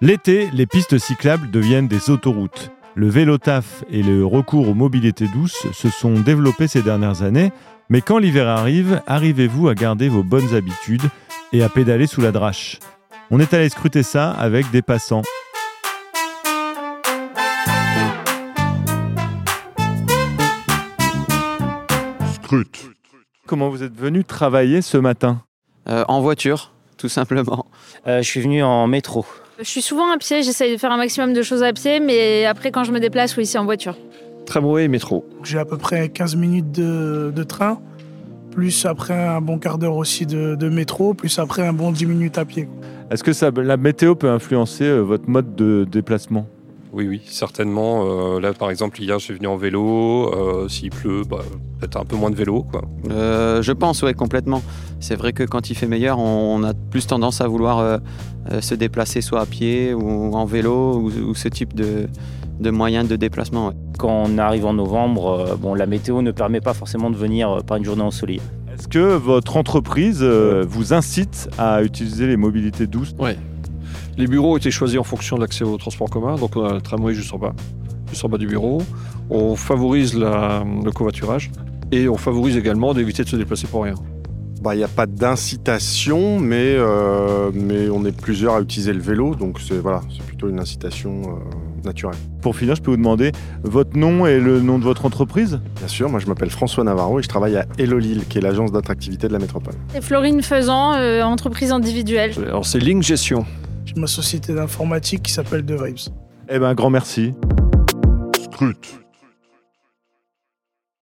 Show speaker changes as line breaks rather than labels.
L'été, les pistes cyclables deviennent des autoroutes. Le vélo-taf et le recours aux mobilités douces se sont développés ces dernières années, mais quand l'hiver arrive, arrivez-vous à garder vos bonnes habitudes et à pédaler sous la drache On est allé scruter ça avec des passants.
Scrute.
Comment vous êtes venu travailler ce matin
Euh, en voiture, tout simplement.
Euh, je suis venu en métro.
Je suis souvent à pied, j'essaye de faire un maximum de choses à pied, mais après quand je me déplace, oui, c'est en voiture.
Tramway et métro.
J'ai à peu près 15 minutes de, de train, plus après un bon quart d'heure aussi de, de métro, plus après un bon 10 minutes à pied.
Est-ce que ça- la météo peut influencer euh, votre mode de déplacement
Oui, oui, certainement. Euh, là, par exemple, hier, je suis venu en vélo. Euh, S'il pleut, bah, peut-être un peu moins de vélo. Quoi.
Euh, je pense, ouais, complètement. C'est vrai que quand il fait meilleur, on, on a plus tendance à vouloir euh, euh, se déplacer soit à pied ou en vélo ou, ou ce type de, de moyens de déplacement. ouais.
Quand on arrive en novembre, euh, bon, la météo ne permet pas forcément de venir euh, par une journée ensoleillée.
Est-ce que votre entreprise euh, vous incite à utiliser les mobilités douces
Ouais. Les bureaux étaient choisis en fonction de l'accès au transport commun, donc on a le tramway juste en bas, juste en bas du bureau. On favorise la- le covoiturage et on favorise également d'éviter de se déplacer pour rien.
Bah, il n'y a pas d'incitation, mais, euh, mais on est plusieurs à utiliser le vélo, donc c'est voilà, c'est plutôt une incitation euh, naturelle.
Pour finir, je peux vous demander votre nom et le nom de votre entreprise
Bien sûr, moi je m'appelle François Navarro et je travaille à Elolil, qui est l'agence d'attractivité de la métropole.
Et Florine Faisan, euh, entreprise individuelle.
Alors c'est Link Gestion.
J'ai ma société d'informatique qui s'appelle The Vibes.
Eh ben, grand merci.
Scrute.